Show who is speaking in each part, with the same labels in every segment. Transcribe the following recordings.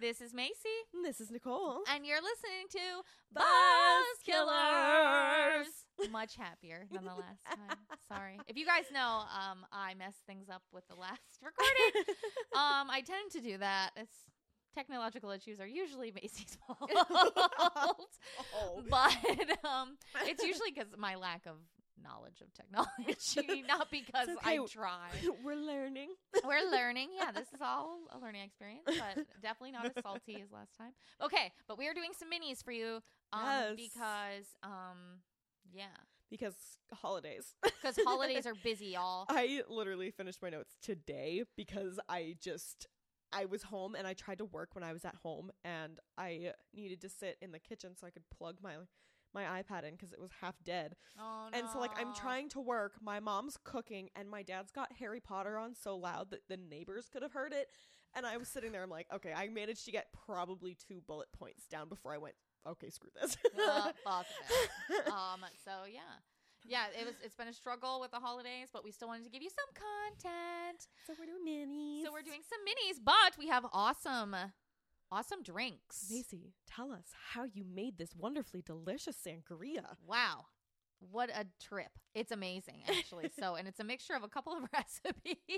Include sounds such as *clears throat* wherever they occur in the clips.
Speaker 1: This is Macy,
Speaker 2: And This is Nicole.
Speaker 1: and you're listening to
Speaker 2: Buzz
Speaker 1: Buzz
Speaker 2: Killers.
Speaker 1: Killers. Much happier than the
Speaker 2: *laughs*
Speaker 1: last time. Sorry. If you guys know, um, I messed things up with the last
Speaker 2: *laughs*
Speaker 1: recording. Um, I tend to do that. It's technological issues are usually
Speaker 2: *laughs*
Speaker 1: Macy's fault,
Speaker 2: Oh.
Speaker 1: but um, it's usually because my lack of knowledge of
Speaker 2: *laughs*
Speaker 1: technology, not because
Speaker 2: It's okay.
Speaker 1: I try.
Speaker 2: We're learning. *laughs*
Speaker 1: We're learning. Yeah, this is all a learning experience, but definitely not as salty as last time. Okay, but we are doing some minis for you um,
Speaker 2: Yes.
Speaker 1: because, um, yeah,
Speaker 2: Because holidays. *laughs*
Speaker 1: because holidays are busy, y'all.
Speaker 2: I literally finished my notes today because I just I was home and I tried to work when I was at home and I needed to sit in the kitchen so I could plug my my iPad in because it was half dead.
Speaker 1: Oh,
Speaker 2: And so like I'm
Speaker 1: no.
Speaker 2: trying to work, my mom's cooking and my dad's got Harry Potter on so loud that the neighbors could have heard it and I was sitting there I'm like, okay, I managed to get probably two bullet points down before I went, okay, screw
Speaker 1: *laughs*
Speaker 2: this. *laughs*
Speaker 1: Uh, fuck that. um, so yeah, yeah, it was. It's been a struggle with the holidays, but we still wanted to give you some content.
Speaker 2: so we're doing minis.
Speaker 1: So we're doing some minis, but we have awesome, awesome drinks.
Speaker 2: Macy, tell us how you made this wonderfully delicious
Speaker 1: *laughs*
Speaker 2: sangria.
Speaker 1: Wow. What a trip. It's amazing actually. So, and it's a mixture of a couple of *laughs* recipes.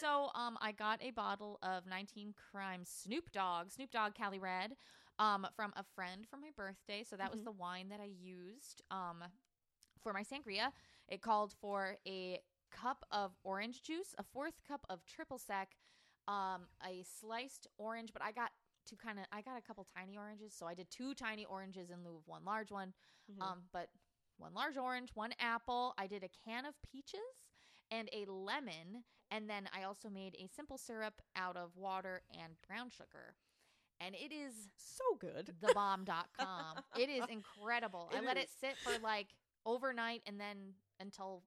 Speaker 1: so, um I got a bottle of 19 Crime Snoop Dogg, Snoop Dogg Cali Red, um from a friend for my birthday. So that was the wine that I used um for my sangria. It called for a cup of orange juice, a fourth cup of triple sec, um, a sliced orange, but I got two kind of I got a couple tiny oranges, so I did two tiny oranges in lieu of one large one.
Speaker 2: Mm-hmm.
Speaker 1: Um, but one large orange, one apple. I did a can of peaches and a lemon, and then I also made a simple syrup out of water and brown sugar. And it is
Speaker 2: So good. *laughs*
Speaker 1: thebomb.com. it is incredible. I
Speaker 2: It
Speaker 1: let it
Speaker 2: is.
Speaker 1: sit for like overnight and then until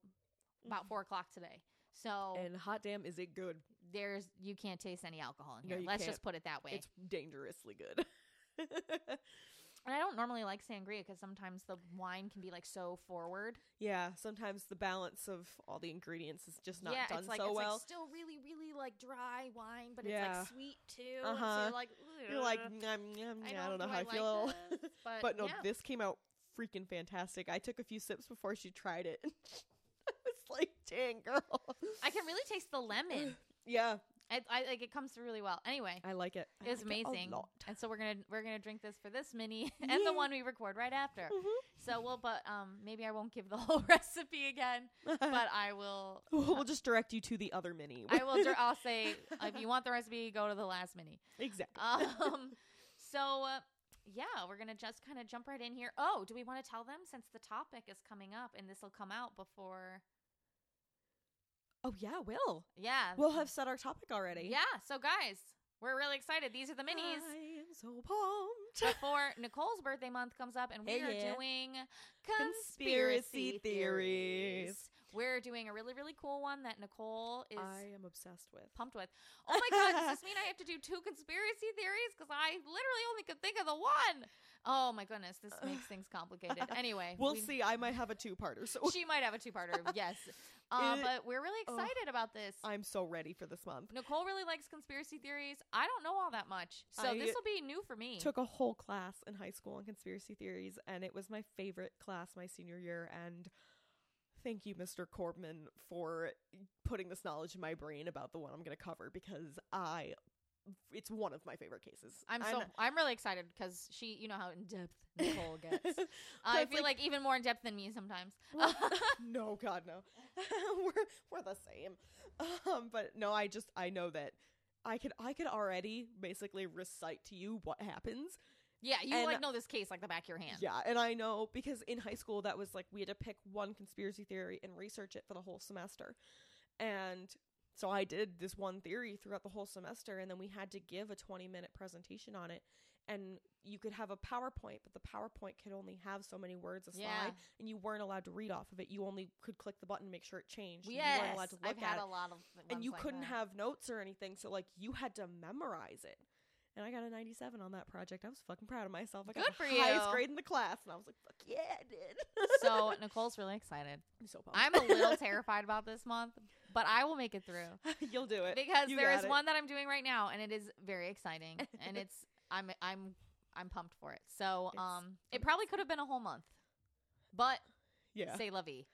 Speaker 1: about four o'clock today. So
Speaker 2: Mm-hmm. And hot damn, is it good?
Speaker 1: there's you can't taste any alcohol in
Speaker 2: No,
Speaker 1: here.
Speaker 2: you
Speaker 1: Let's
Speaker 2: can't.
Speaker 1: just put it that way.
Speaker 2: It's dangerously good. *laughs*
Speaker 1: and I don't normally like sangria because sometimes the wine can be like so forward.
Speaker 2: yeah, sometimes the balance of all the ingredients is just not done
Speaker 1: it's like,
Speaker 2: so
Speaker 1: it's
Speaker 2: well.
Speaker 1: Like still really, really like dry wine, but it's
Speaker 2: Yeah.
Speaker 1: like sweet too. and So
Speaker 2: Uh-huh.
Speaker 1: you're like,
Speaker 2: You're like,
Speaker 1: "Ugh,
Speaker 2: "Nyam, nyam, nyam, I, don't know how I,
Speaker 1: like
Speaker 2: feel.
Speaker 1: this,"
Speaker 2: *laughs*
Speaker 1: but,
Speaker 2: but no,
Speaker 1: yeah.
Speaker 2: this came out freaking fantastic. I took a few sips before she tried it. *laughs* I was like, dang, girl.
Speaker 1: I can really taste the
Speaker 2: *laughs*
Speaker 1: lemon.
Speaker 2: yeah,
Speaker 1: I, I like it comes through really well. Anyway,
Speaker 2: I like it. I
Speaker 1: it's
Speaker 2: like it a
Speaker 1: amazing,
Speaker 2: lot.
Speaker 1: and so we're gonna we're gonna drink this for this mini *laughs* and the one we record right after.
Speaker 2: Mm-hmm.
Speaker 1: So we'll, but um, maybe I won't give the *laughs* whole recipe again, but I will.
Speaker 2: *laughs* We'll just direct you to the other mini.
Speaker 1: I will. dr- I'll say if you want the recipe, go to the last mini.
Speaker 2: *laughs* exactly.
Speaker 1: *laughs* Um, so uh, yeah, we're gonna just kind of jump right in here. Oh, do we want to tell them since the topic is coming up and this will come out before?
Speaker 2: *laughs* oh yeah,
Speaker 1: *laughs*
Speaker 2: will.
Speaker 1: Yeah,
Speaker 2: We'll have set our topic already.
Speaker 1: yeah. So guys, we're really excited. These are the minis.
Speaker 2: *laughs* I am so pumped.
Speaker 1: Before Nicole's birthday month comes up, and we
Speaker 2: Hey,
Speaker 1: are
Speaker 2: yeah.
Speaker 1: doing conspiracy theories.
Speaker 2: Conspiracy theories.
Speaker 1: We're doing a really, really cool one that Nicole is
Speaker 2: I am obsessed with.
Speaker 1: pumped with. Oh my god, does
Speaker 2: *laughs*
Speaker 1: this mean I have to do two conspiracy theories? Because I literally only could think of the one. Oh my goodness, this makes things
Speaker 2: *sighs*
Speaker 1: complicated. Anyway,
Speaker 2: We'll
Speaker 1: we-
Speaker 2: see. I might have a two-parter, so
Speaker 1: *laughs* She might have a two-parter.
Speaker 2: *laughs*
Speaker 1: Yes, uh,
Speaker 2: It-
Speaker 1: but we're really
Speaker 2: oh.
Speaker 1: excited about this.
Speaker 2: I'm so ready for this month.
Speaker 1: Nicole really likes conspiracy theories. I don't know all that much, so
Speaker 2: I
Speaker 1: this will be new for me.
Speaker 2: Took a whole class in high school on conspiracy theories, and it was my favorite class my senior year. And thank you, Mr. Corbman, for putting this knowledge in my brain about the one I'm going to cover because I, it's one of my favorite cases.
Speaker 1: I'm so
Speaker 2: *laughs* And-
Speaker 1: I'm, really excited because she, you know how in depth
Speaker 2: *laughs*
Speaker 1: Nicole gets. I
Speaker 2: That's
Speaker 1: feel like, even more in depth than me sometimes.
Speaker 2: no god no *laughs* we're we're the same um but no i just i know that i could i could already basically recite to you what happens
Speaker 1: yeah, you
Speaker 2: And-
Speaker 1: like know this case like the back of your hand.
Speaker 2: yeah and i know because in high school that was like we had to pick one conspiracy theory and research it for the whole semester and so i did this one theory throughout the whole semester and then we had to give a 20 minute presentation on it and you could have a powerpoint but the powerpoint could only have so many words a slide
Speaker 1: Yeah.
Speaker 2: and you weren't allowed to read off of it you only could click the button and make sure it changed and you weren't
Speaker 1: Yes,
Speaker 2: allowed to look
Speaker 1: I've had a
Speaker 2: at it
Speaker 1: lot of.
Speaker 2: and
Speaker 1: ones
Speaker 2: you
Speaker 1: like
Speaker 2: couldn't
Speaker 1: that.
Speaker 2: have notes or anything so like you had to memorize it and i got a 97 on that project i was fucking proud of myself i got
Speaker 1: Good
Speaker 2: the
Speaker 1: for
Speaker 2: highest
Speaker 1: you.
Speaker 2: grade in the class and i was like fuck yeah i did *laughs*
Speaker 1: so Nicole's really excited.
Speaker 2: i'm so pumped *laughs*
Speaker 1: I'm a little terrified about this month, but I will make it through
Speaker 2: You'll do it.
Speaker 1: because
Speaker 2: You
Speaker 1: there
Speaker 2: got
Speaker 1: is
Speaker 2: it.
Speaker 1: one that I'm doing right now, and it is very exciting,
Speaker 2: *laughs*
Speaker 1: and it's I'm I'm I'm pumped for it. So
Speaker 2: It's
Speaker 1: um, it probably could have been a whole month, but
Speaker 2: Yeah.
Speaker 1: say
Speaker 2: *laughs*
Speaker 1: lovey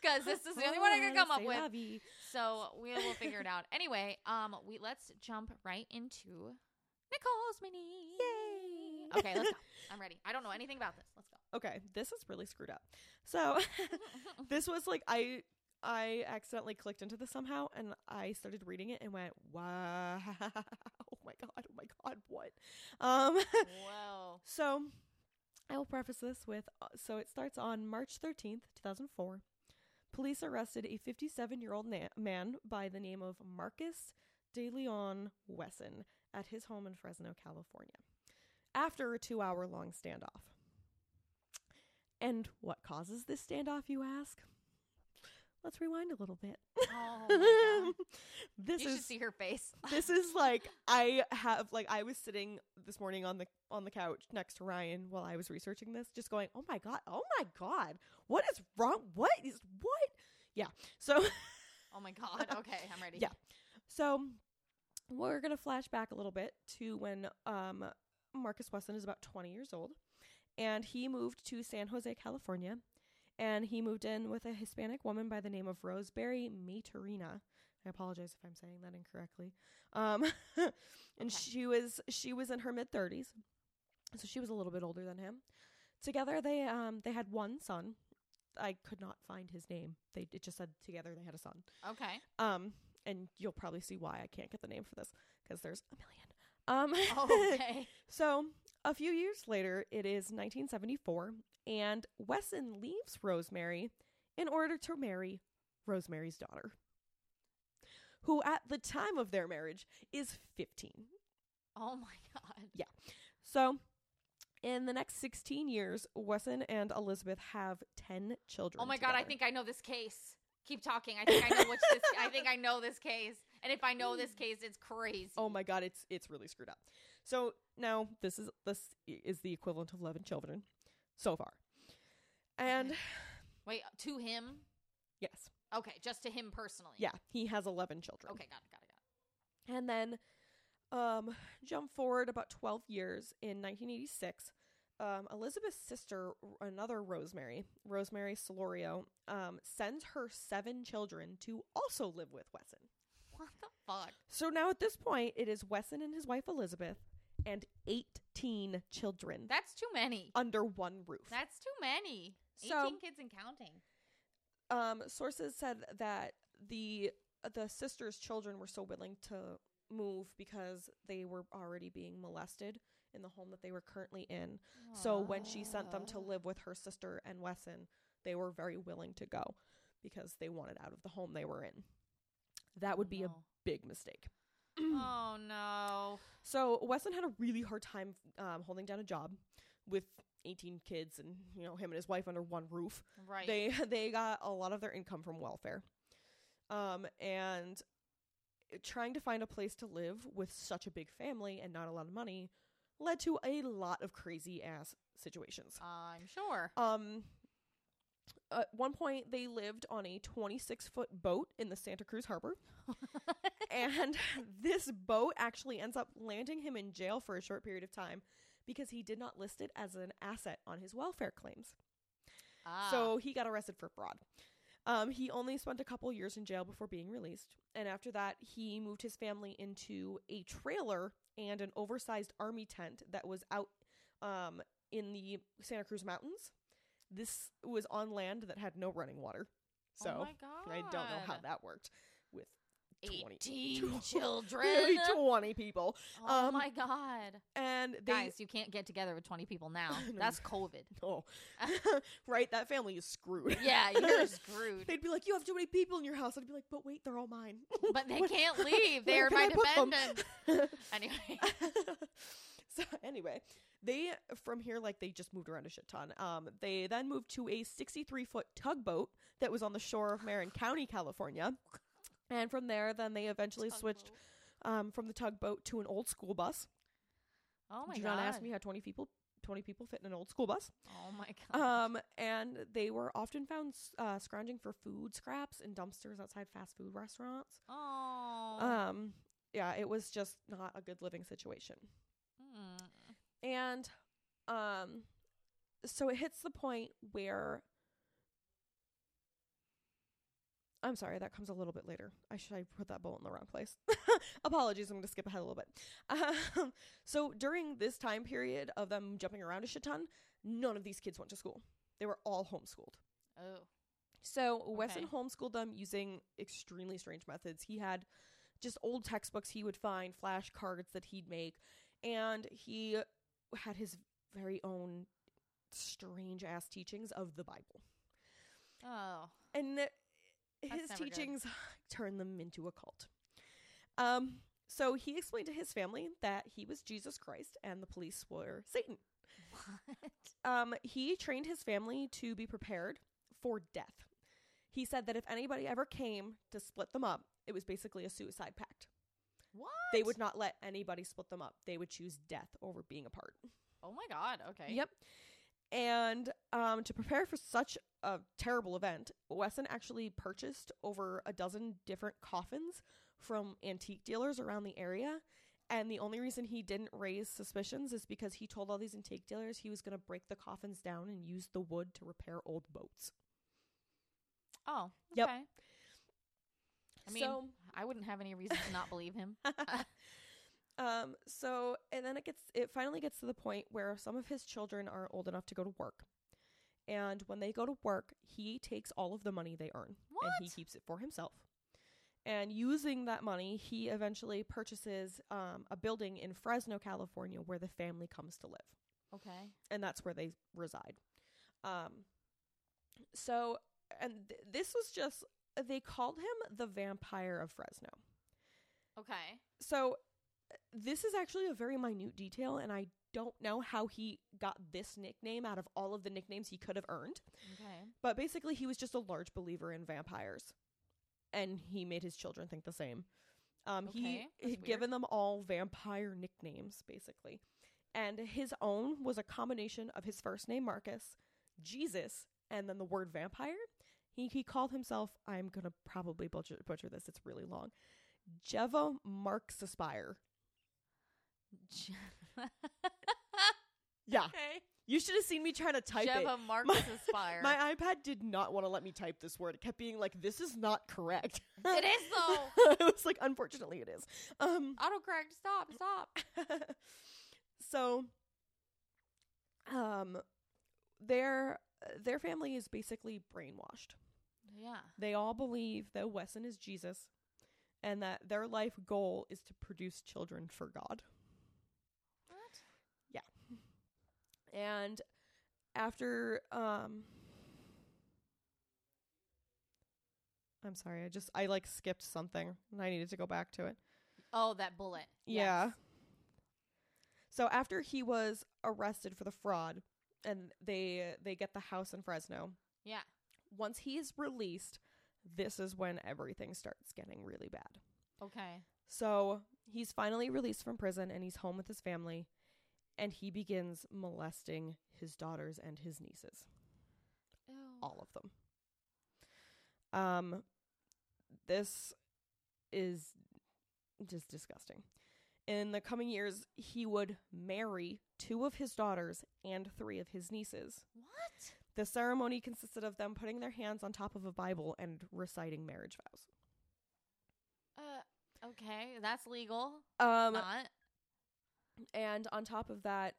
Speaker 1: because this is the only one I could come up with.
Speaker 2: Lovey.
Speaker 1: So we will figure it out. Anyway, um, we let's jump right into Nicole's mini.
Speaker 2: Yay.
Speaker 1: Okay, let's go. I'm ready. I don't know anything about this. Let's go.
Speaker 2: *laughs* Okay, this is really screwed up. So *laughs* this was like I I accidentally clicked into this somehow and I started reading it and went, Wow *laughs* Oh my god, oh my god, what?
Speaker 1: *laughs*
Speaker 2: Um
Speaker 1: Whoa.
Speaker 2: so I will preface this with uh, so it starts on March 13th, 2004. Police arrested a 57 year old na- man by the name of Marcus De Leon Wesson at his home in Fresno, California, after a two hour long standoff. And what causes this standoff, you ask? Let's rewind a little bit.
Speaker 1: Oh
Speaker 2: *laughs*
Speaker 1: my god.
Speaker 2: this
Speaker 1: you
Speaker 2: is
Speaker 1: should see her face.
Speaker 2: *laughs* this is like I have like I was sitting this morning on the on the couch next to Ryan while I was researching this, just going, "Oh my god, oh my god, what is wrong? What is what?" Yeah. So
Speaker 1: *laughs* Oh my god. Okay, I'm ready.
Speaker 2: Yeah. so we're gonna flash back a little bit to when um, Marcus Wesson is about 20 years old, and he moved to San Jose, California, and he moved in with a Hispanic woman by the name of Roseberry Maturina. I apologize if I'm saying that incorrectly. Um, *laughs* and
Speaker 1: Okay.
Speaker 2: she was she was in her mid 30s, so she was a little bit older than him. Together, they um, they had one son. I could not find his name. They it just said together they had a son. *laughs*
Speaker 1: Okay.
Speaker 2: Um, and you'll probably see why I can't get the name for this because there's a million. Um,
Speaker 1: Oh, Okay.
Speaker 2: *laughs* so a few years later, it is 1974, and Wesson leaves Rosemary in order to marry Rosemary's daughter, who at the time of their marriage is 15.
Speaker 1: Oh my god.
Speaker 2: So in the next 16 years, Wesson and Elizabeth have 10 children.
Speaker 1: Oh my god. I
Speaker 2: together.
Speaker 1: think I know this case. Keep talking. I think I know which. This, I think I know this case. And if I know
Speaker 2: *laughs*
Speaker 1: this case, it's crazy.
Speaker 2: Oh my god, it's it's really screwed up. So now this is this is the equivalent of eleven children so far, and
Speaker 1: Wait. To him.
Speaker 2: yes,
Speaker 1: Okay. Just to him personally.
Speaker 2: yeah, he has eleven children.
Speaker 1: Okay. Got it. Got it. Got
Speaker 2: and then um, jump forward about twelve years in 1986. Um, Elizabeth's sister, r- another Rosemary, Rosemary Solorio, um, sends her seven children to also live with Wesson.
Speaker 1: it. What the fuck?
Speaker 2: So now at this point, it is Wesson and his wife Elizabeth and 18 children
Speaker 1: That's too many.
Speaker 2: under one roof.
Speaker 1: That's too many.
Speaker 2: Uh, So-
Speaker 1: 18 kids and counting.
Speaker 2: um, sources said that the the sisters' children were so willing to move because they were already being molested in the home that they were currently in. So when she sent them to
Speaker 1: Oh.
Speaker 2: live with her sister and Wesson, they were very willing to go because they wanted out of the home they were in. That would be a *clears throat*
Speaker 1: No.
Speaker 2: big mistake.
Speaker 1: Oh no.
Speaker 2: So Wesson had a really hard time um, holding down a job with 18 kids and you know him and his wife under one roof.
Speaker 1: Right.
Speaker 2: They *laughs* they got a lot of their income from welfare. Um and trying to find a place to live with such a big family and not a lot of money led to a lot of crazy ass situations.
Speaker 1: I'm sure.
Speaker 2: Um at one point they lived on a 26 foot boat in the Santa Cruz harbor and this boat actually ends up landing him in jail for a short period of time because he did not list it as an asset on his welfare claims.
Speaker 1: Ah,
Speaker 2: So he got arrested for fraud. Um, he only spent a couple years in jail before being released. And after that, he moved his family into a trailer and an oversized army tent that was out um, in the Santa Cruz Mountains. This was on land that had no running water.
Speaker 1: Oh
Speaker 2: So
Speaker 1: my
Speaker 2: I don't know how
Speaker 1: God.
Speaker 2: that worked with 20 *laughs*
Speaker 1: 18
Speaker 2: really
Speaker 1: children.
Speaker 2: 20 people.
Speaker 1: oh
Speaker 2: um,
Speaker 1: my god.
Speaker 2: And they.
Speaker 1: Guys, you can't get together with 20 people now.
Speaker 2: *laughs* No.
Speaker 1: That's
Speaker 2: *laughs*
Speaker 1: COVID.
Speaker 2: Oh, right? That family is screwed.
Speaker 1: Yeah, you're screwed.
Speaker 2: They'd be like, "You have too many people in your house." I'd be like, "But wait, they're all mine." *laughs*
Speaker 1: *laughs* But they
Speaker 2: Where-
Speaker 1: can't leave. They
Speaker 2: where
Speaker 1: are
Speaker 2: can
Speaker 1: my
Speaker 2: I put them? *laughs*
Speaker 1: dependents. Anyway.
Speaker 2: so anyway, they from here like they just moved around a shit ton. Um, they then moved to a 63 foot tugboat that was on the shore of Marin County, California, and from there, then they
Speaker 1: *laughs*
Speaker 2: eventually switched
Speaker 1: Tugboat.
Speaker 2: um, from the tugboat to an old school bus.
Speaker 1: Oh my
Speaker 2: Do
Speaker 1: god.
Speaker 2: not ask me how 20 people 20 people fit in an old school bus.
Speaker 1: Oh my god.
Speaker 2: Um, and they were often found s- uh, scrounging for food scraps in dumpsters outside fast food restaurants.
Speaker 1: oh.
Speaker 2: Um, yeah, it was just not a good living situation.
Speaker 1: Mm.
Speaker 2: And um, so it hits the point where. I'm sorry, that comes a little bit later. I should I put that bullet in the wrong place. *laughs* Apologies, I'm going to skip ahead a little bit. Um, so during this time period of them jumping around a shit ton, none of these kids went to school. They were all homeschooled.
Speaker 1: Oh.
Speaker 2: So Wesson
Speaker 1: Okay.
Speaker 2: homeschooled them using extremely strange methods. He had just old textbooks he would find, flashcards that he'd make, and he had his very own strange ass teachings of the Bible.
Speaker 1: Oh. *laughs*
Speaker 2: And th- his
Speaker 1: never good.
Speaker 2: teachings *laughs* turned them into a cult. Um so he explained to his family that he was Jesus Christ and the police were Satan.
Speaker 1: What?
Speaker 2: Um, he trained his family to be prepared for death. He said that if anybody ever came to split them up, it was basically a suicide pact.
Speaker 1: What?
Speaker 2: They would not let anybody split them up. They would choose death over being apart.
Speaker 1: Oh my god. Okay.
Speaker 2: Yep. And um, to prepare for such a terrible event, Wesson actually purchased over a dozen different coffins from antique dealers around the area. And the only reason he didn't raise suspicions is because he told all these antique dealers he was going to break the coffins down and use the wood to repair old boats.
Speaker 1: Oh. Okay.
Speaker 2: Yep.
Speaker 1: I mean, I wouldn't have any reason to not believe
Speaker 2: *laughs*
Speaker 1: him.
Speaker 2: Um, so and then it gets it finally gets to the point where some of his children are old enough to go to work. And when they go to work, he takes all of the money they earn and he
Speaker 1: What?
Speaker 2: keeps it for himself. And using that money, he eventually purchases um, a building in Fresno, California, where the family comes to live
Speaker 1: Okay.
Speaker 2: and that's where they reside. Um, so, and th- this was just they called him the vampire of Fresno. *laughs*
Speaker 1: Okay.
Speaker 2: So, uh, this is actually a very minute detail, and I don't know how he got this nickname out of all of the nicknames he could have earned.
Speaker 1: Okay.
Speaker 2: But basically, he was just a large believer in vampires, and he made his children think the same. Um,
Speaker 1: Okay,
Speaker 2: he
Speaker 1: that's
Speaker 2: he'd
Speaker 1: weird.
Speaker 2: given them all vampire nicknames, basically, and his own was a combination of his first name Marcus, Jesus, and then the word vampire. He he called himself. I'm gonna probably butcher butcher this. It's really long. Jeva Marks Aspire.
Speaker 1: Je-
Speaker 2: Yeah,
Speaker 1: okay.
Speaker 2: you should have seen me trying to type it.
Speaker 1: Jeva Marcus Aspire.
Speaker 2: My iPad did not want to let me type this word. It kept being like, "This is not correct."
Speaker 1: *laughs* it
Speaker 2: *laughs*
Speaker 1: is though.
Speaker 2: it was like, unfortunately, it is. Um, *laughs*
Speaker 1: Autocorrect. Stop. Stop.
Speaker 2: so, um, their their family is basically brainwashed.
Speaker 1: Yeah.
Speaker 2: They all believe that Wesson is Jesus, and that their life goal is to produce children for God.
Speaker 1: What?
Speaker 2: And after, um, I'm sorry, I just I like skipped something, and I needed to go back to it.
Speaker 1: Oh, that bullet.
Speaker 2: Yeah.
Speaker 1: Yes.
Speaker 2: So after he was arrested for the fraud and they they get the house in Fresno.
Speaker 1: Yeah.
Speaker 2: Once he is released, this is when everything starts getting really bad.
Speaker 1: Okay.
Speaker 2: So he's finally released from prison and he's home with his family and he begins molesting his daughters and his nieces
Speaker 1: Ew.
Speaker 2: all of them. Um, this is just disgusting. In the coming years, he would marry two of his daughters and three of his nieces.
Speaker 1: What?
Speaker 2: The ceremony consisted of them putting their hands on top of a Bible and reciting marriage vows.
Speaker 1: Uh, okay, that's legal.
Speaker 2: Um,
Speaker 1: Not.
Speaker 2: And on top of that,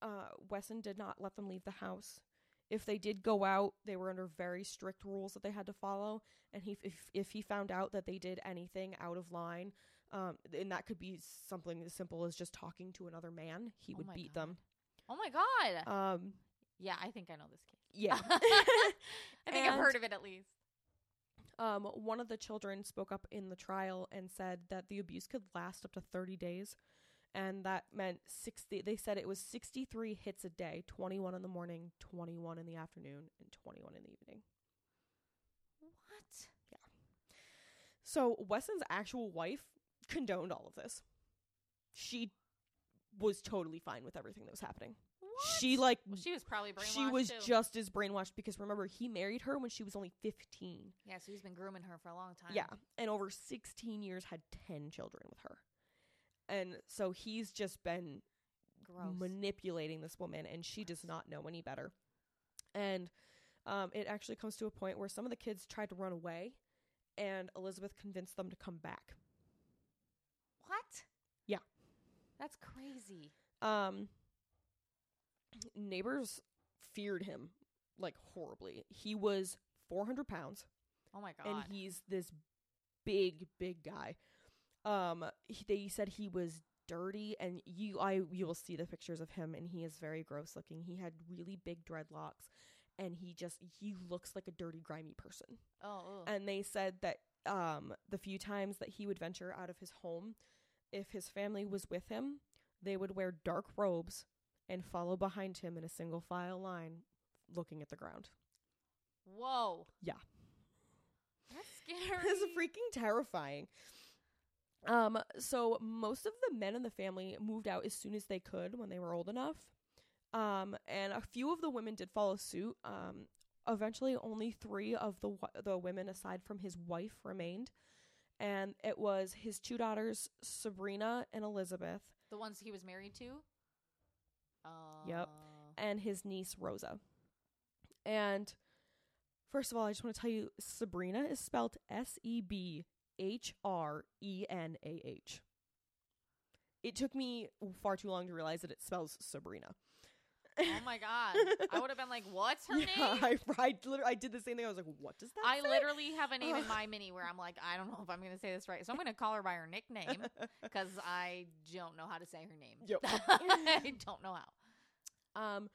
Speaker 2: uh, Wesson did not let them leave the house. If they did go out, they were under very strict rules that they had to follow. And he, if if he found out that they did anything out of line, um, and that could be something as simple as just talking to another man, he
Speaker 1: Oh
Speaker 2: would
Speaker 1: my
Speaker 2: beat
Speaker 1: God.
Speaker 2: them.
Speaker 1: Oh my god.
Speaker 2: Um,
Speaker 1: yeah, I think I know this case. *laughs*
Speaker 2: yeah. *laughs*
Speaker 1: I think I've heard of
Speaker 2: And-
Speaker 1: it at least.
Speaker 2: um, one of the children spoke up in the trial and said that the abuse could last up to thirty days, and that meant sixty. They said it was sixty-three hits a day: twenty-one in the morning, twenty-one in the afternoon, and twenty-one in the evening.
Speaker 1: What?
Speaker 2: So Wesson's actual wife condoned all of this. She was totally fine with everything that was happening.
Speaker 1: What?
Speaker 2: She like
Speaker 1: Well, she was probably brainwashed.
Speaker 2: she was
Speaker 1: too.
Speaker 2: just as brainwashed because remember he married her when she was only 15.
Speaker 1: yeah. So he's been grooming her for a long time.
Speaker 2: Yeah, and over 16 years had 10 children with her. And so he's just been
Speaker 1: gross.
Speaker 2: manipulating this woman and she does not know any better. And um, it actually comes to a point where some of the kids tried to run away and Elizabeth convinced them to come back.
Speaker 1: what?
Speaker 2: Yeah.
Speaker 1: That's crazy.
Speaker 2: Um, neighbors feared him like horribly. He was 400 pounds
Speaker 1: Oh my god.
Speaker 2: and he's this big, big guy. Um, he, they said he was dirty, and you, I, you will see the pictures of him, and he is very gross looking. He had really big dreadlocks, and he just he looks like a dirty, grimy person.
Speaker 1: oh. ugh.
Speaker 2: And they said that um, the few times that he would venture out of his home, if his family was with him, they would wear dark robes and follow behind him in a single file line, looking at the ground.
Speaker 1: Whoa.
Speaker 2: Yeah.
Speaker 1: That's scary.
Speaker 2: It's freaking terrifying. Um, so most of the men in the family moved out as soon as they could when they were old enough. Um, and a few of the women did follow suit. Um, eventually only 3 of the wo- the women aside from his wife remained. And it was his two daughters, Sabrina and Elizabeth,
Speaker 1: The ones he was married to. Uh,
Speaker 2: and his niece Rosa. And first of all, I just want to tell you Sabrina is spelled S E B H R E N A H. It took me far too long to realize that it spells Sabrina.
Speaker 1: Oh my god. I would have been like, "What's her
Speaker 2: yeah,
Speaker 1: name?"
Speaker 2: *laughs* I, I, literally, I did the same thing. I was like, what does that
Speaker 1: I
Speaker 2: say?
Speaker 1: literally have a name in
Speaker 2: Ugh.
Speaker 1: my mini where I'm like, I don't know if I'm going to say this right. So I'm going to call her by her
Speaker 2: *laughs*
Speaker 1: nickname because I don't know how to say her name.
Speaker 2: Yep.
Speaker 1: *laughs* I don't know how.
Speaker 2: Um,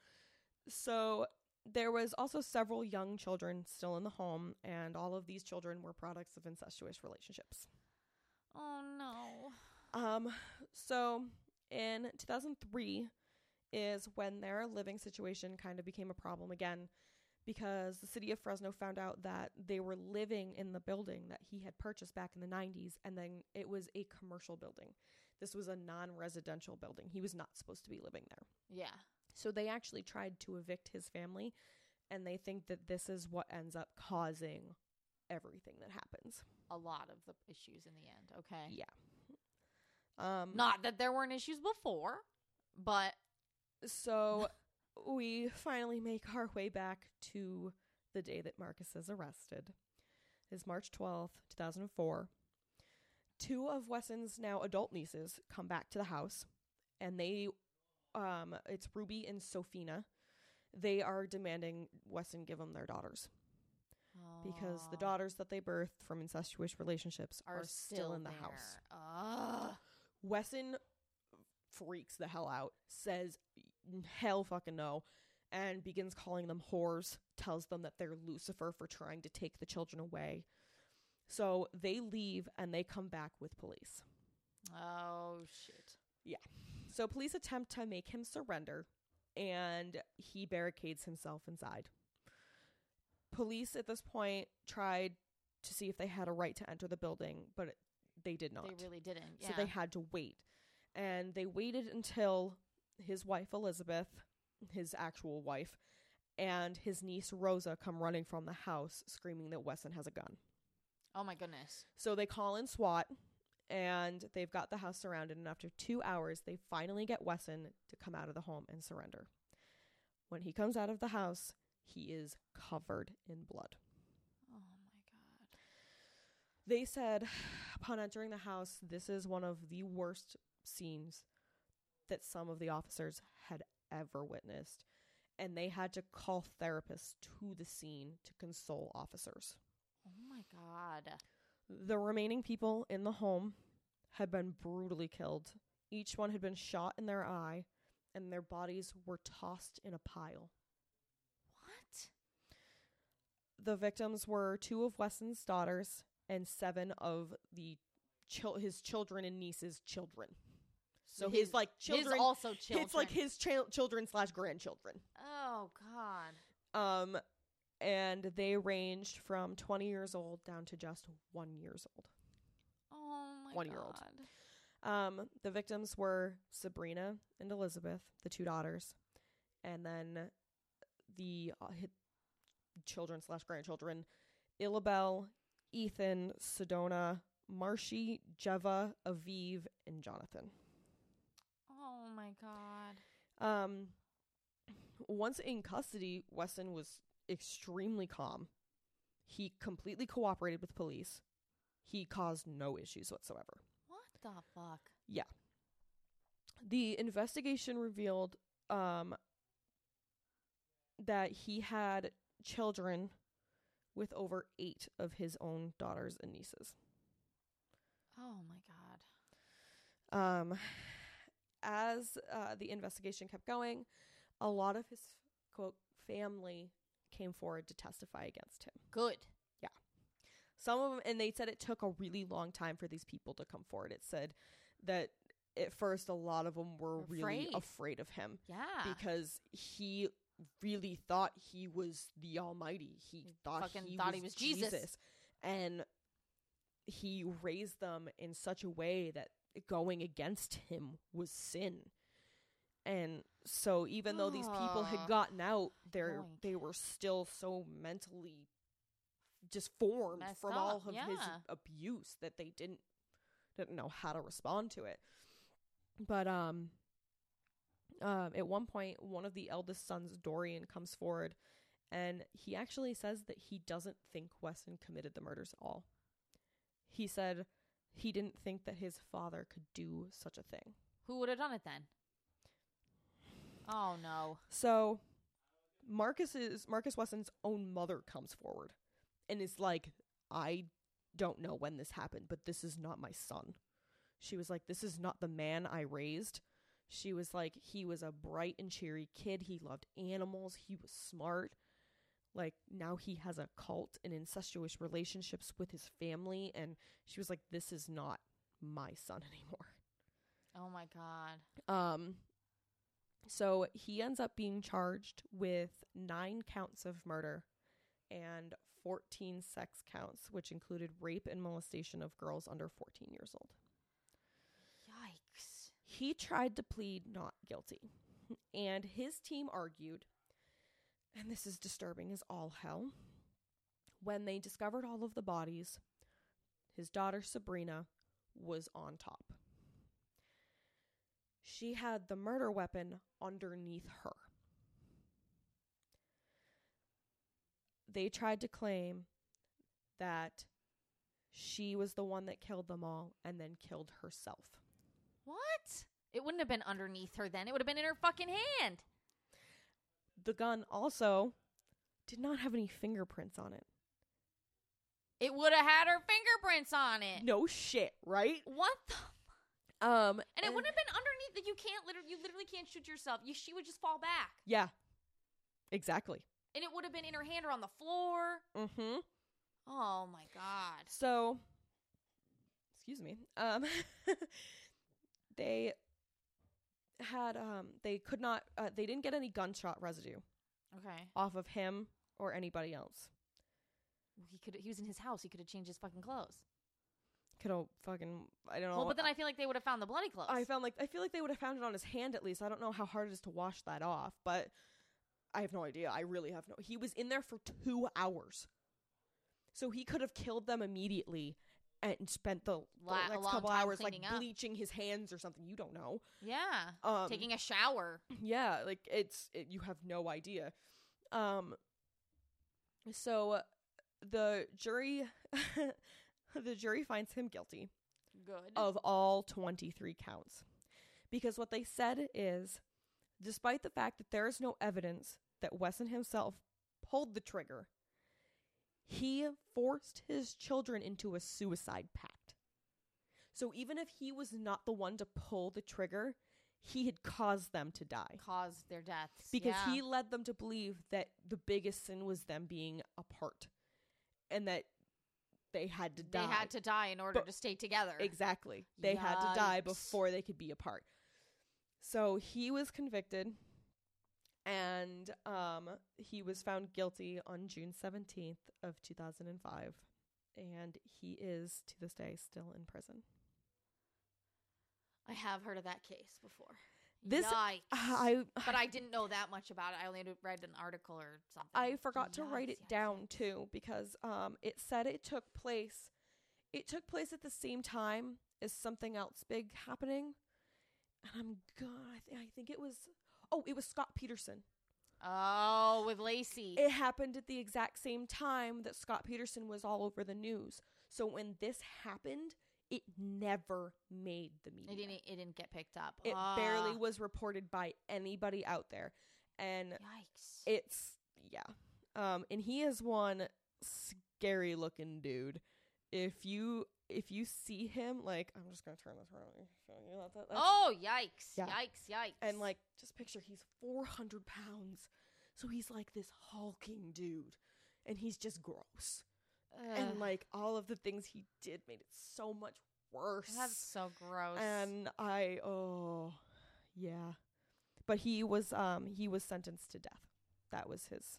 Speaker 2: so there was also several young children still in the home, and all of these children were products of incestuous relationships.
Speaker 1: Oh no.
Speaker 2: Um, so in 2003 is when their living situation kind of became a problem again because the city of Fresno found out that they were living in the building that he had purchased back in the 90s and then it was a commercial building. This was a non-residential building. He was not supposed to be living there.
Speaker 1: Yeah.
Speaker 2: So they actually tried to evict his family and they think that this is what ends up causing everything that happens.
Speaker 1: A lot of the issues in the end. Okay.
Speaker 2: Yeah. Um
Speaker 1: Not that there weren't issues before, but
Speaker 2: So we finally make our way back to the day that Marcus is arrested. It's March 12th, 2004. Two of Wesson's now adult nieces come back to the house and they um it's Ruby and Sophina. They are demanding Wesson give them their daughters because the
Speaker 1: Aw,
Speaker 2: daughters that they birthed from incestuous relationships
Speaker 1: are,
Speaker 2: are, still in the house.
Speaker 1: there. Ugh.
Speaker 2: Wesson freaks the hell out, says hell fucking no, and begins calling them whores, tells them that they're Lucifer for trying to take the children away. So they leave and they come back with police.
Speaker 1: Oh shit.
Speaker 2: So police attempt to make him surrender and he barricades himself inside. Police at this point tried to see if they had a right to enter the building, but they did not.
Speaker 1: They really didn't. Yeah.
Speaker 2: So they had to wait. And they waited until his wife Elizabeth, his actual wife, and his niece Rosa come running from the house screaming that Wesson has a gun.
Speaker 1: oh my goodness.
Speaker 2: So they call in SWAT and they've got the house surrounded and after 2 hours they finally get Wesson to come out of the home and surrender. When he comes out of the house, he is covered in blood.
Speaker 1: Oh my
Speaker 2: They said, upon entering the house, this is one of the worst scenes that some of the officers had ever witnessed. And they had to call therapists to the scene to console officers.
Speaker 1: god. Oh my god.
Speaker 2: The remaining people in the home had been brutally killed. Each one had been shot in their eye, and their bodies were tossed in a pile.
Speaker 1: What?
Speaker 2: The victims were two of Wesson's daughters and seven of the chil- his children and nieces' children. So his, like children,
Speaker 1: His also children.
Speaker 2: it's like his tra- children slash grandchildren.
Speaker 1: Oh God.
Speaker 2: Um, and they ranged from twenty years old down to just one years old.
Speaker 1: Oh my
Speaker 2: One-year-old.
Speaker 1: God.
Speaker 2: Um, the victims were Sabrina and Elizabeth, the two daughters, and then the uh, hi- children slash grandchildren, Illabel, Ethan, Sedona, Marshy, Jeva, Aviv, and Jonathan.
Speaker 1: Oh my god.
Speaker 2: Um, once in custody, Weston was extremely calm. He completely cooperated with police. He caused no issues whatsoever.
Speaker 1: What the fuck?
Speaker 2: The investigation revealed um, that he had children with over eight of his own daughters and nieces.
Speaker 1: Oh my god.
Speaker 2: Um, as uh, the investigation kept going, a lot of his quote family came forward to testify against him.
Speaker 1: Good.
Speaker 2: Some of them, and they said it took a really long time for these people to come forward. It said that at first a lot of them were really
Speaker 1: Afraid.
Speaker 2: afraid of him
Speaker 1: Yeah.
Speaker 2: because he really thought he was the Almighty. He, thought
Speaker 1: fucking
Speaker 2: he
Speaker 1: thought
Speaker 2: was
Speaker 1: he was Jesus.
Speaker 2: and he raised them in such a way that going against him was sin. And so, even though these people had
Speaker 1: Ugh.
Speaker 2: gotten out, they are
Speaker 1: Yoink.
Speaker 2: they were still so mentally disformed
Speaker 1: Messed
Speaker 2: from all
Speaker 1: up,
Speaker 2: of his
Speaker 1: yeah.
Speaker 2: abuse that they didn't didn't know how to respond to it. But um um at one point one of the eldest sons Dorian comes forward and he actually says that he doesn't think Weston committed the murders at all. He said he didn't think that his father could do such a thing.
Speaker 1: Who would have done it then? Oh no.
Speaker 2: So Marcus's Marcus Wesson's own mother comes forward and is like, I don't know when this happened, but this is not my son. She was like, This is not the man I raised. She was like, he was a bright and cheery kid. He loved animals. He was smart. Like, now he has a cult and incestuous relationships with his family. And she was like, This is not my son *laughs* anymore.
Speaker 1: Oh my god.
Speaker 2: Um, so he ends up being charged with nine counts of murder and 14 sex counts, which included rape and molestation of girls under 14 years old.
Speaker 1: Yikes.
Speaker 2: He tried to plead not guilty, and his team argued, and this is disturbing as all hell. When they discovered all of the bodies, his daughter Sabrina was on top. She had the murder weapon underneath her. They tried to claim that she was the one that killed them all and then killed herself.
Speaker 1: What? It wouldn't have been underneath her then. It would have been in her fucking hand.
Speaker 2: The gun also did not have any fingerprints on it.
Speaker 1: It would have had her fingerprints on it.
Speaker 2: No shit, right?
Speaker 1: What the?
Speaker 2: Um,
Speaker 1: And it wouldn't have been underneath. that You can't literally. You literally can't shoot yourself. You, she would just fall back,
Speaker 2: Yeah, exactly.
Speaker 1: and it would have been in her hand or on the floor.
Speaker 2: Mm-hmm.
Speaker 1: Oh my god.
Speaker 2: So, excuse me. Um, *laughs* they had um, they could not. Uh, they didn't get any gunshot residue
Speaker 1: Okay.
Speaker 2: off of him or anybody else.
Speaker 1: He could. He was in his house. He could have changed his fucking clothes.
Speaker 2: Could have fucking. I don't know.
Speaker 1: Well, but then I feel like they would have found the bloody clothes.
Speaker 2: I found like I feel like they would have found it on his hand at least. I don't know how hard it is to wash that off, but I have no idea. I really have no. He was in there for two hours, so he could have killed them immediately and spent the, the
Speaker 1: La- a
Speaker 2: next
Speaker 1: long
Speaker 2: couple
Speaker 1: time
Speaker 2: hours like
Speaker 1: cleaning up.
Speaker 2: bleaching his hands or something. You don't know.
Speaker 1: yeah.
Speaker 2: Um,
Speaker 1: Taking a shower.
Speaker 2: *laughs* yeah, like it's it, you have no idea. Um so the jury *laughs* the jury finds him guilty
Speaker 1: Good.
Speaker 2: of all 23 counts. Because what they said is despite the fact that there is no evidence that Wesson himself pulled the trigger, he forced his children into a suicide pact. So even if he was not the one to pull the trigger, he had caused them to die
Speaker 1: caused their deaths
Speaker 2: because
Speaker 1: Yeah.
Speaker 2: he led them to believe that the biggest sin was them being apart and that they had to
Speaker 1: they
Speaker 2: die.
Speaker 1: had to die in order
Speaker 2: But-
Speaker 1: to stay together.
Speaker 2: Exactly. They had to die
Speaker 1: Yikes.
Speaker 2: before they could be apart. So he was convicted and um, he was found guilty on June 17th of 2005 and he is to this day still in prison.
Speaker 1: I have heard of that case before.
Speaker 2: This-
Speaker 1: Yikes.
Speaker 2: I
Speaker 1: but I didn't know that much about it. I only had read an article or something.
Speaker 2: I forgot to write
Speaker 1: Yikes,
Speaker 2: it
Speaker 1: yikes,
Speaker 2: down
Speaker 1: yikes.
Speaker 2: too because um, it said it took place. It took place at the same time as something else big happening, and I'm god. I, th- I think it was. Oh, it was Scott Peterson.
Speaker 1: Oh, with Lacey.
Speaker 2: It happened at the exact same time that Scott Peterson was all over the news. So when this happened, it never made the media.
Speaker 1: It didn't. It didn't get picked up.
Speaker 2: It
Speaker 1: Ah,
Speaker 2: barely was reported by anybody out there, and
Speaker 1: Yikes.
Speaker 2: it's yeah um and he is one scary looking dude if you if you see him like i'm just gonna turn this around and show you that, that- that's-
Speaker 1: oh, yikes!
Speaker 2: Yeah.
Speaker 1: Yikes! Yikes!
Speaker 2: and like just picture he's 400 pounds so he's like this hulking dude and he's just gross
Speaker 1: Ugh,
Speaker 2: and like all of the things he did made it so much worse
Speaker 1: that's so gross.
Speaker 2: and i oh yeah but he was um he was sentenced to death that was his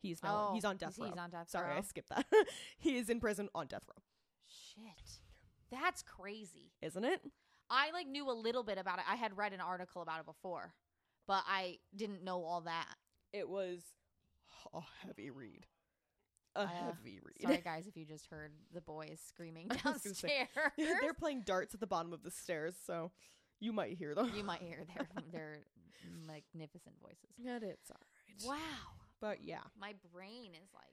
Speaker 2: he's now
Speaker 1: Oh,
Speaker 2: he's on death
Speaker 1: he's-
Speaker 2: row
Speaker 1: He's on death
Speaker 2: sorry
Speaker 1: row.
Speaker 2: i skipped that *laughs* he is in prison on death row
Speaker 1: Shit, that's crazy.
Speaker 2: isn't it
Speaker 1: I like knew a little bit about it. I had read an article about it before, but I didn't know all that.
Speaker 2: it was a heavy read a
Speaker 1: Uh,
Speaker 2: heavy read
Speaker 1: Sorry, guys, if you just heard the boys screaming
Speaker 2: *laughs* I was gonna say,
Speaker 1: downstairs.
Speaker 2: *laughs* *laughs* they're playing darts at the bottom of the stairs so you might hear them *laughs*
Speaker 1: you might hear their their magnificent voices.
Speaker 2: that it's all right
Speaker 1: Wow,
Speaker 2: but yeah
Speaker 1: my brain is like,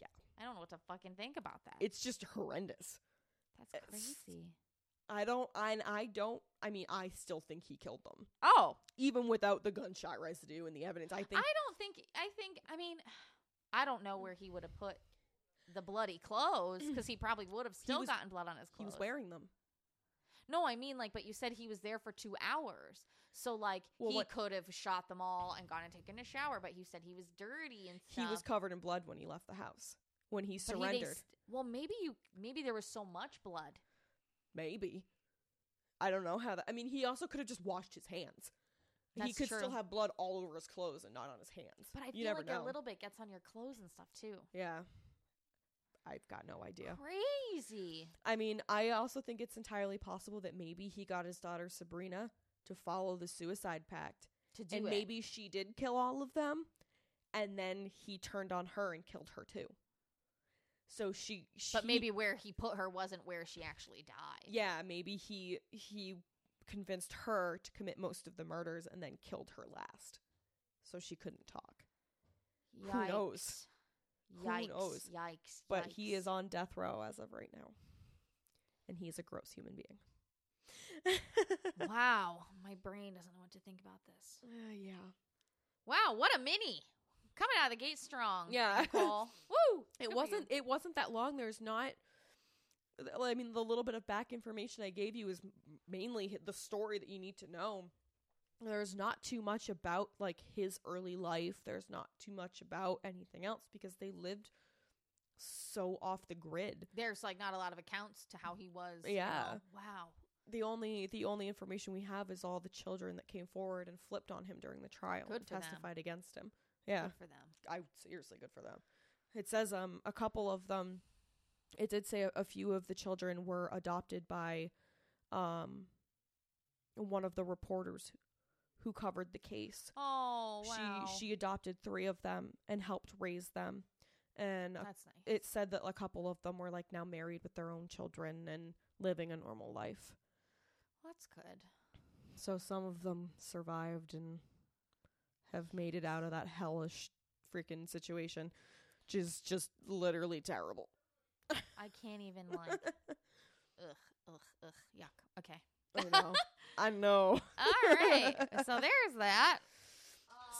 Speaker 2: Yeah.
Speaker 1: I don't know what to fucking think about that.
Speaker 2: it's just horrendous
Speaker 1: that's
Speaker 2: it's-
Speaker 1: crazy.
Speaker 2: i don't i, I don't i mean i still think he killed them
Speaker 1: Oh,
Speaker 2: even without the gunshot residue and the evidence, I think
Speaker 1: I don't think. I think. I mean, *sighs* I don't know where he would have put the bloody clothes because he probably would have still
Speaker 2: was-
Speaker 1: gotten blood on his clothes.
Speaker 2: he was wearing them.
Speaker 1: No, I mean like, but you said he was there for two hours, so like
Speaker 2: Well,
Speaker 1: he
Speaker 2: what-
Speaker 1: could have shot them all and gone and taken a shower. But you said he was dirty and
Speaker 2: He
Speaker 1: stuff.
Speaker 2: was covered in blood when he left the house. When
Speaker 1: But
Speaker 2: he
Speaker 1: he- they
Speaker 2: surrendered,
Speaker 1: st- well, maybe you. Maybe there was so much blood.
Speaker 2: maybe. I don't know how that. I mean, he also could have just washed his hands. he
Speaker 1: That's
Speaker 2: could
Speaker 1: true.
Speaker 2: still have blood all over his clothes and not on his hands.
Speaker 1: But I
Speaker 2: you
Speaker 1: feel
Speaker 2: never
Speaker 1: like
Speaker 2: know.
Speaker 1: a little bit gets on your clothes and stuff too.
Speaker 2: Yeah, I've got no idea.
Speaker 1: Crazy.
Speaker 2: I mean, I also think it's entirely possible that maybe he got his daughter Sabrina to follow the suicide pact,
Speaker 1: To do
Speaker 2: and
Speaker 1: it.
Speaker 2: maybe she did kill all of them, and then he turned on her and killed her too. So she, she
Speaker 1: but maybe where he put her wasn't where she actually died.
Speaker 2: yeah maybe he he convinced her to commit most of the murders and then killed her last so she couldn't talk
Speaker 1: Yikes.
Speaker 2: Who knows? Who
Speaker 1: Yikes.
Speaker 2: knows?
Speaker 1: Yikes.
Speaker 2: but he
Speaker 1: yikes.
Speaker 2: is on death row as of right now and he's a gross human
Speaker 1: *laughs*
Speaker 2: being *laughs*
Speaker 1: wow. My brain doesn't know what to think about this.
Speaker 2: Uh, yeah
Speaker 1: Wow, what a mini. Coming out of the gate strong.
Speaker 2: Yeah. *laughs*
Speaker 1: Nicole. Woo! Good
Speaker 2: it
Speaker 1: for
Speaker 2: wasn't
Speaker 1: you.
Speaker 2: it wasn't that long there's not i mean the little bit of back information i gave you is mainly hi- the story that you need to know there's not too much about like his early life there's not too much about anything else because they lived so off the grid
Speaker 1: There's like not a lot of accounts to how he was. you
Speaker 2: Yeah.
Speaker 1: know. Wow.
Speaker 2: the only the only information we have is all the children that came forward and flipped on him during the trial
Speaker 1: Good
Speaker 2: and
Speaker 1: for them.
Speaker 2: testified against him yeah
Speaker 1: Good for them.
Speaker 2: I seriously good for them. It says um a couple of them. It did say a, a few of the children were adopted by, um, one of the reporters who covered the case.
Speaker 1: Oh, wow.
Speaker 2: She she adopted three of them and helped raise them, and a,
Speaker 1: That's nice.
Speaker 2: it said that a couple of them were like now married with their own children and living a normal life.
Speaker 1: That's good.
Speaker 2: So some of them survived and have made it out of that hellish freaking situation. Just just literally terrible.
Speaker 1: I can't even like.
Speaker 2: *laughs*
Speaker 1: ugh, ugh, ugh. Yuck. Okay.
Speaker 2: I
Speaker 1: *laughs*
Speaker 2: know. I know.
Speaker 1: All right. So there's that.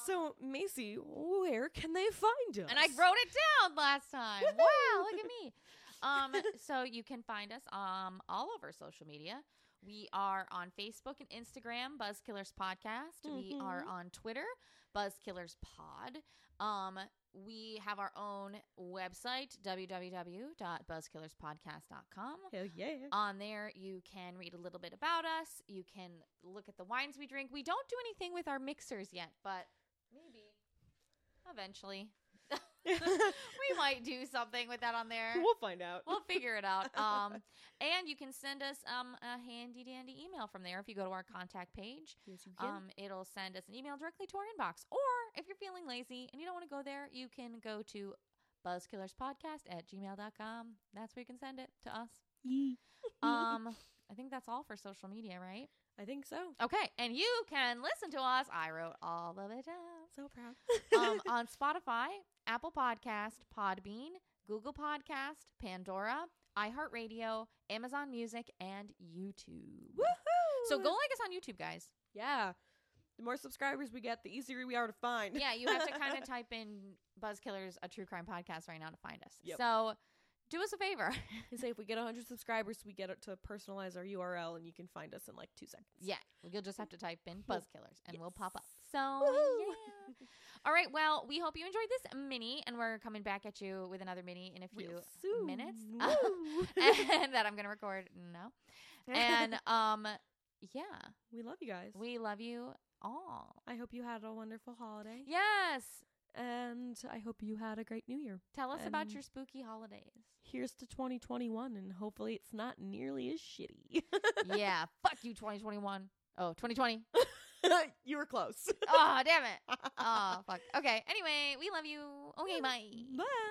Speaker 2: So Macy, where can they find us?
Speaker 1: And I wrote it down last time. Wow, look at me. Um, so you can find us um all over social media. We are on Facebook and Instagram, Buzzkillers Podcast. We are
Speaker 2: Mhm.
Speaker 1: on Twitter, Buzzkillers Pod. Um, we have our own website, www.buzzkillerspodcast.com.
Speaker 2: Hell yeah.
Speaker 1: *laughs*
Speaker 2: *laughs*
Speaker 1: On there, you can read a little bit about us. You can look at the wines we drink. We don't do anything with our mixers yet, but maybe eventually. we might do something with that on there.
Speaker 2: we'll find out.
Speaker 1: We'll figure it out. Um, and you can send us um, a handy dandy email from there if you go to our contact page.
Speaker 2: Yes, you *laughs* can.
Speaker 1: Um, it'll send us an email directly to our inbox. Or if you're feeling lazy and you don't want to go there, you can go to buzzkillerspodcast at gmail.com. That's where you can send it to us.
Speaker 2: Mm-hmm. *laughs*
Speaker 1: Um, I think that's all for social media, right?
Speaker 2: I think so.
Speaker 1: Okay. And you can listen to us. I wrote all of it down.
Speaker 2: So proud.
Speaker 1: Um, on Spotify, Apple Podcast, Podbean, Google Podcast, Pandora, iHeartRadio, Amazon Music, and YouTube.
Speaker 2: Woohoo!
Speaker 1: So go like us on YouTube, guys.
Speaker 2: Yeah. The more subscribers we get, the easier we are to find. *laughs*
Speaker 1: yeah, you have to kind of type in Buzzkillers, a true crime podcast right now to find us.
Speaker 2: Yep.
Speaker 1: So do us a favor.
Speaker 2: And say if we get 100 subscribers, we get it to personalize our URL and you can find us in like two seconds.
Speaker 1: yeah, you'll just have to type in Buzzkillers and we'll pop up.
Speaker 2: Yes.
Speaker 1: So,
Speaker 2: Woohoo!
Speaker 1: yeah. All right. Well, we hope you enjoyed this mini, and we're coming back at you with another mini in a few
Speaker 2: Real soon.
Speaker 1: minutes.
Speaker 2: Woo! *laughs*
Speaker 1: and that I'm going to record now. *laughs* And um, yeah,
Speaker 2: we love you guys.
Speaker 1: we love you all.
Speaker 2: I hope you had a wonderful holiday.
Speaker 1: Yes.
Speaker 2: And I hope you had a great new year.
Speaker 1: Tell us about
Speaker 2: And-
Speaker 1: your spooky
Speaker 2: *laughs*
Speaker 1: holidays.
Speaker 2: Here's to 2021 and hopefully it's not nearly
Speaker 1: *laughs*
Speaker 2: as shitty. *laughs*
Speaker 1: yeah. Fuck you, 2021. Oh, *laughs* 2020. *laughs*
Speaker 2: you were close.
Speaker 1: oh, damn it. Oh, fuck. Okay. Anyway, we love you. Okay, bye.
Speaker 2: Bye.